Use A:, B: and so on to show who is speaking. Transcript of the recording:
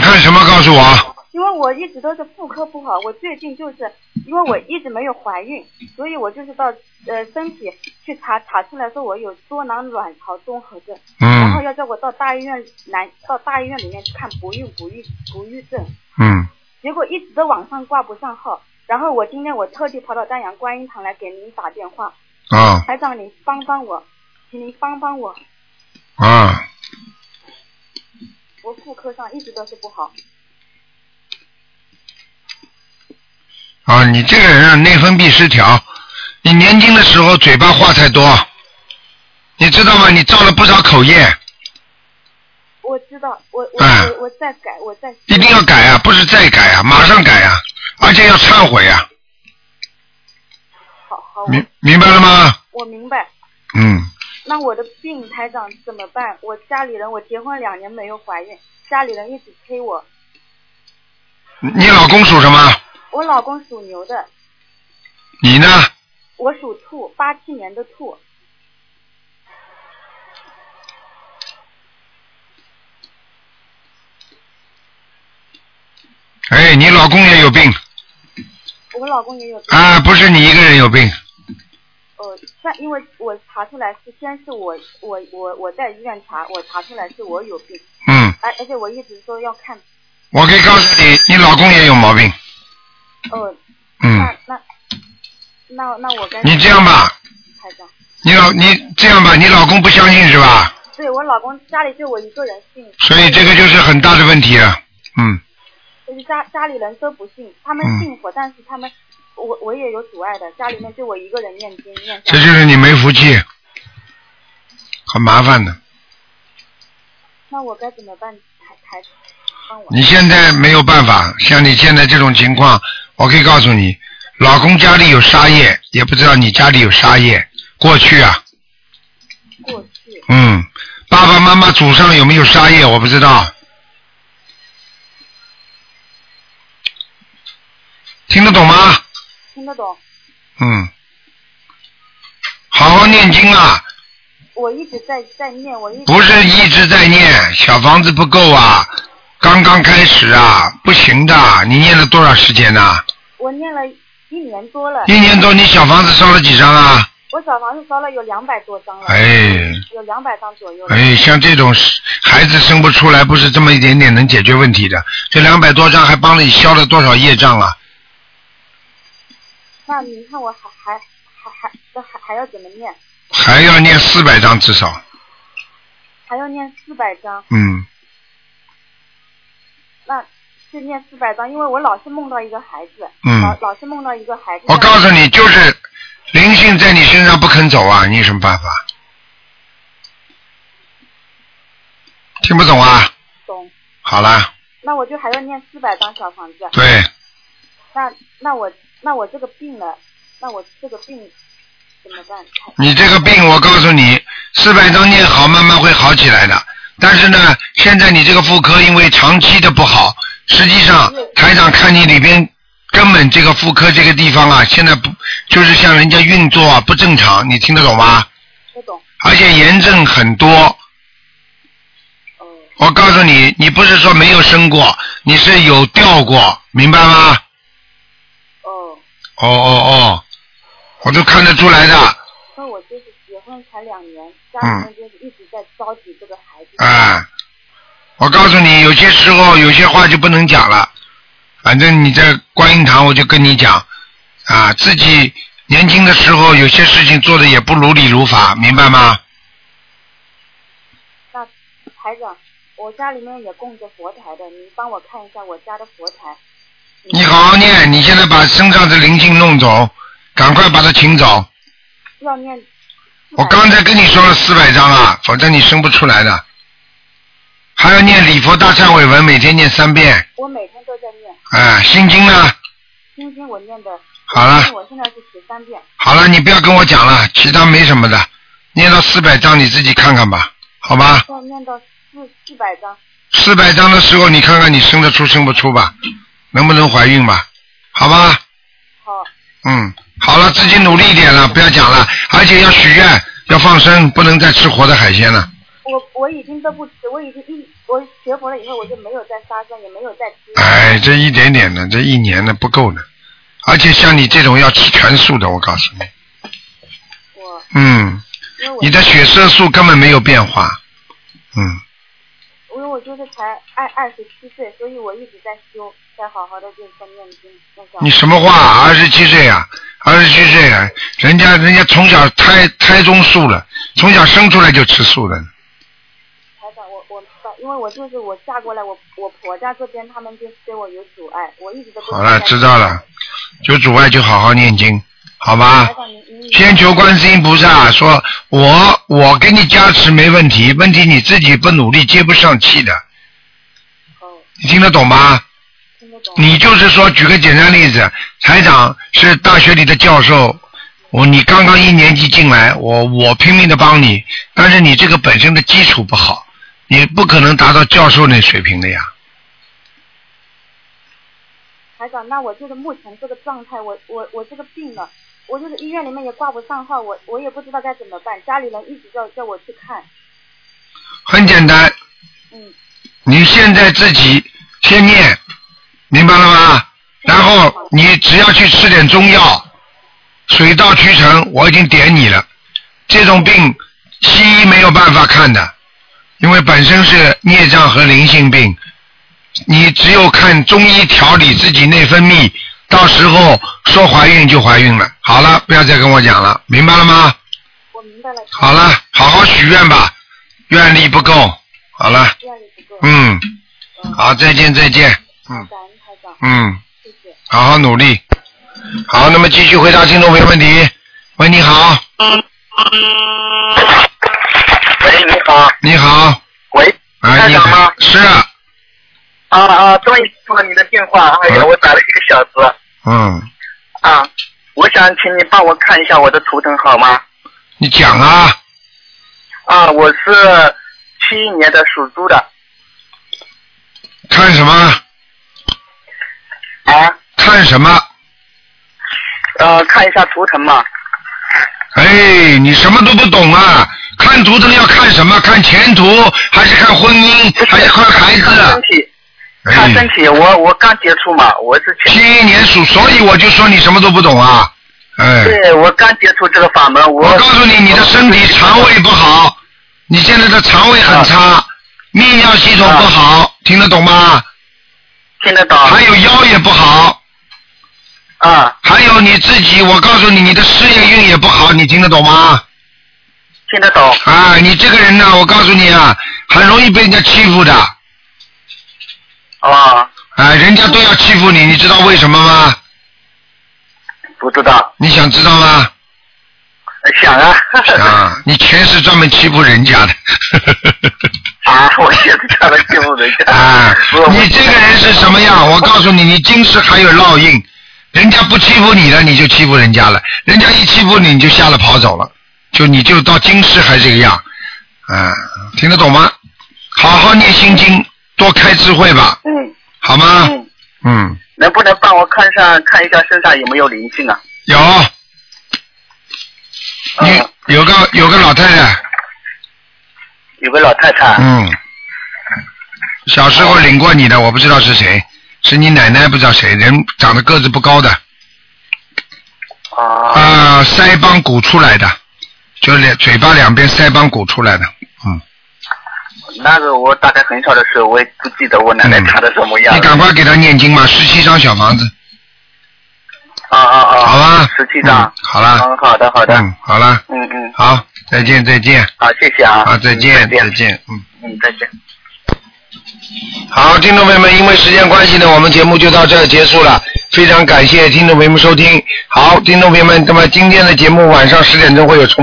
A: 看什么？告诉我。
B: 因为我一直都是妇科不好，我最近就是因为我一直没有怀孕，所以我就是到呃身体去查查出来说我有多囊卵巢综合症，
A: 嗯
B: 然后要叫我到大医院来到大医院里面去看不孕不育不育症，
A: 嗯，
B: 结果一直都网上挂不上号，然后我今天我特地跑到丹阳观音堂来给您打电话，
A: 啊
B: 台长您帮帮我，请您帮帮我，
A: 啊，
B: 我妇科上一直都是不好，
A: 啊，你这个人啊，内分泌失调。你年轻的时候嘴巴话太多，你知道吗？你造了不少口业，
B: 我知道，我我
A: 哎
B: 我我在改，我在
A: 一定要改啊，不是再改啊，马上改啊，而且要忏悔啊，
B: 好好，
A: 明明白了吗？
B: 我明白。
A: 嗯，
B: 那我的病台长怎么办？我家里人，我结婚两年没有怀孕，家里人一直催我。
A: 你老公属什么？
B: 我老公属牛的，
A: 你呢？
B: 我属兔，八七年的兔。
A: 哎，你老公也有病
B: 我老公也有病，
A: 啊，不是你一个人有病。
B: 呃，但因为我查出来是先是我我我我在医院查，我查出来是我有病，
A: 嗯，
B: 而而且我一直说要看，
A: 我可以告诉你，你老公也有毛病。
B: 呃，
A: 嗯
B: 那，那那那我该
A: 你这样吧，
B: 台长，
A: 你老你这样吧，你老公不相信是吧？
B: 对我老公家里就我一个人信，
A: 所以这个就是很大的问题了。嗯，
B: 就是家家里人都不信，他们
A: 嗯
B: 信佛，但是他们我我也有阻碍的，家里面就我一个人念经念小
A: 这就是你没福气，很麻烦的。
B: 那我该怎么办？台台长帮我
A: 你现在没有办法，像你现在这种情况，我可以告诉你，老公家里有杀业，也不知道你家里有杀业。过去啊，
B: 过去
A: 嗯，爸爸妈妈祖上有没有杀业，我不知道。听得懂吗？
B: 听得懂？
A: 嗯，好好念经啊，
B: 我一直在在念，我一直
A: 不是一直在念，小房子不够啊，刚刚开始啊，不行的。你念了多少时间呢、
B: 我念了一年多了，
A: 一年多你小房子烧了几张啊？
B: 我小房子烧了有两百多张了，
A: 哎
B: 有两百张左右了。
A: 哎，像这种孩子生不出来，不是这么一点点能解决问题的。这两百多张还帮你消了多少业障啊？
B: 那你看我还还还还这还还要怎么念？
A: 还要念四百张至少，
B: 还要念四百张，
A: 嗯，
B: 那就念四百张，因为我老是梦到一个孩子，
A: 嗯
B: 老老是梦到一个孩子。
A: 我告诉你，就是灵性在你身上不肯走啊，你有什么办法？听不懂啊？
B: 懂。
A: 好啦，
B: 那我就还要念四百张小房子。
A: 对，
B: 那那我那我这个病了，那我这个病怎么办？台
A: 你这个病，我告诉你，四百张念好，慢慢会好起来的。但是呢，现在你这个妇科因为长期的不好，实际上台长看你里边根本这个妇科这个地方啊，现在不就是像人家运作啊不正常，你听得懂吗？
B: 不懂。
A: 而且炎症很多。
B: 哦、
A: 我告诉你，你不是说没有生过，你是有掉过，明白吗？
B: 哦，
A: 哦哦哦，我都看得出来的。
B: 那我就是结婚才两年，家里
A: 嗯
B: 面就是一直在着急这个孩子。
A: 啊、我告诉你，有些时候有些话就不能讲了。反正你在观音堂，我就跟你讲，啊，自己年轻的时候有些事情做的也不如理如法，明白吗？
B: 那台长，我家里面也供着佛台的，你帮我看一下我家的佛台。
A: 你好好念，你现在把身上的灵性弄走，赶快把它请走。
B: 嗯要念400。
A: 我刚才跟你说了四百张啊，否则你生不出来的。还要念礼佛大忏悔文，每天念三遍。
B: 我每天都在念
A: 啊，心经呢？
B: 心经，我念的。
A: 好了
B: 心经我现在是十三遍。
A: 好了，你不要跟我讲了，其他没什么的，念到四百章你自己看看吧，好吧？
B: 要念到四四百张，
A: 四百章的时候你看看你生得出生不出吧，能不能怀孕吧？好吧，
B: 好，
A: 嗯，好了，自己努力一点了，不要讲了，而且要许愿，要放生，不能再吃活的海鲜了，
B: 我我已经都不吃，我已经一我学佛了以后，我就没有再杀生，也没有再吃。
A: 哎，这一点点的，这一年的不够的，而且像你这种要吃全素的，我告诉你，
B: 我
A: 嗯，
B: 因为我
A: 你的血色素根本没有变化，嗯，
B: 因为我就是才二二十七岁，所以我一直在修，在好好的就是在念经那个。
A: 你什么话？二十七岁啊，二十七岁啊，人家人家从小胎胎中素了，从小生出来就吃素了，
B: 台长，我我明白，因为我就是我嫁过来，我我婆家这边他们就是对我有阻碍，我一直都不
A: 好了，知道了。，有阻碍就好好念经，好吧
B: 台？长，您您
A: 先求观世音菩萨，说我我给你加持没问题，问题你自己不努力接不上气的，
B: 哦，
A: 你听得懂吗？
B: 听得懂。
A: 你就是说，举个简单例子，台长是大学里的教授，我你刚刚一年级进来，我我拼命的帮你，但是你这个本身的基础不好，你不可能达到教授那水平的呀。
B: 台长，那我就是目前这个状态，我我我这个病了，我就是医院里面也挂不上号，我我也不知道该怎么办，家里人一直叫叫我去看，
A: 很简单，
B: 嗯，
A: 你现在自己先念，明白了吗？然后你只要去吃点中药，水到渠成。我已经点你了，这种病西医没有办法看的，因为本身是孽障和灵性病，你只有看中医调理自己内分泌，到时候说怀孕就怀孕了。好了，不要再跟我讲了，明白了吗？
B: 我明白了。
A: 好了，好好许愿吧，愿力不够。好了，
B: 这样也不够。
A: 嗯。
B: 嗯，
A: 好，再见，再见。嗯
B: 感恩台长，
A: 嗯，
B: 谢谢。
A: 好好努力。好，那么继续回答听众朋友问题。喂，你好，
C: 喂，你好，
A: 你好，
C: 喂，
A: 哎，
C: 台
A: 你
C: 长
A: 好
C: 吗，
A: 是，
C: 啊啊，终于接通了你的电话，哎呀，
A: 嗯
C: 我打了一个小时
A: 嗯，
C: 啊，我想请你帮我看一下我的图腾好吗？
A: 你讲啊，
C: 啊，我是七一年的属猪的
A: 看什么？
C: 啊，
A: 看什么？
C: 呃，看一下图腾嘛，
A: 哎，你什么都不懂啊！看图腾要看什么？看前途，还是看婚姻，还是哎看孩
C: 看身
A: 子？
C: 体，看身
A: 哎，
C: 体，我我刚接触嘛，我是
A: 七
C: 前，
A: 一年属，所以我就说你什么都不懂啊！哎，
C: 对我刚接触这个法门，我
A: 我告诉你，你的身体肠胃不好，你现在的肠胃很差，泌尿系统不好，听得懂吗？
C: 听得到
A: 还有腰也不好，
C: 啊，
A: 还有你自己，我告诉你，你的事业运也不好，你听得懂吗？
C: 听得懂
A: 啊，你这个人呢，我告诉你啊，很容易被人家欺负的，
C: 啊，
A: 啊，人家都要欺负你，你知道为什么吗？
C: 不知道，
A: 你想知道吗？
C: 想啊，
A: 啊，你全是专门欺负人家的。
C: 啊，我也是这样的欺负人家
A: 啊
C: 不 是，我
A: 你这个人是什么 样？我告诉你，你今世还有烙印。人家不欺负你了，你就欺负人家了；人家一欺负你，你就吓得跑走了，就你就到今世还这个样，啊，听得懂吗？好好念心经，多开智慧吧，
C: 嗯
A: 好吗？
C: 嗯。
A: 嗯，
C: 能不能帮我看上看一下身上有没有灵性啊？
A: 有，
C: 嗯，
A: 你有个有个老太太，
C: 有个老太太，
A: 嗯，小时候领过你的，我不知道是谁，是你奶奶，不知道谁，人长得个子不高的，
C: 啊，
A: 啊、腮帮骨出来的，就两嘴巴两边腮帮骨出来的。嗯，
C: 那个我大概很小的时候，我也不记得我奶奶
A: 嗯
C: 长得什么样
A: 你
C: 了。
A: 赶快给他念经嘛，十七张小房子，
C: 啊啊啊！
A: 好吧？
C: 十七张
A: 嗯。好了，
C: 嗯，好的好的，
A: 嗯，好了，
C: 嗯嗯，
A: 好，再见，再见，
C: 好，谢谢啊。
A: 好，再见，
C: 再
A: 再
C: 见，
A: 见，嗯。
C: 嗯，再见。
A: 好，听众朋友们，因为时间关系呢，我们节目就到这儿结束了。非常感谢听众朋友们收听。好，听众朋友们，那么今天的节目晚上十点钟会有重播。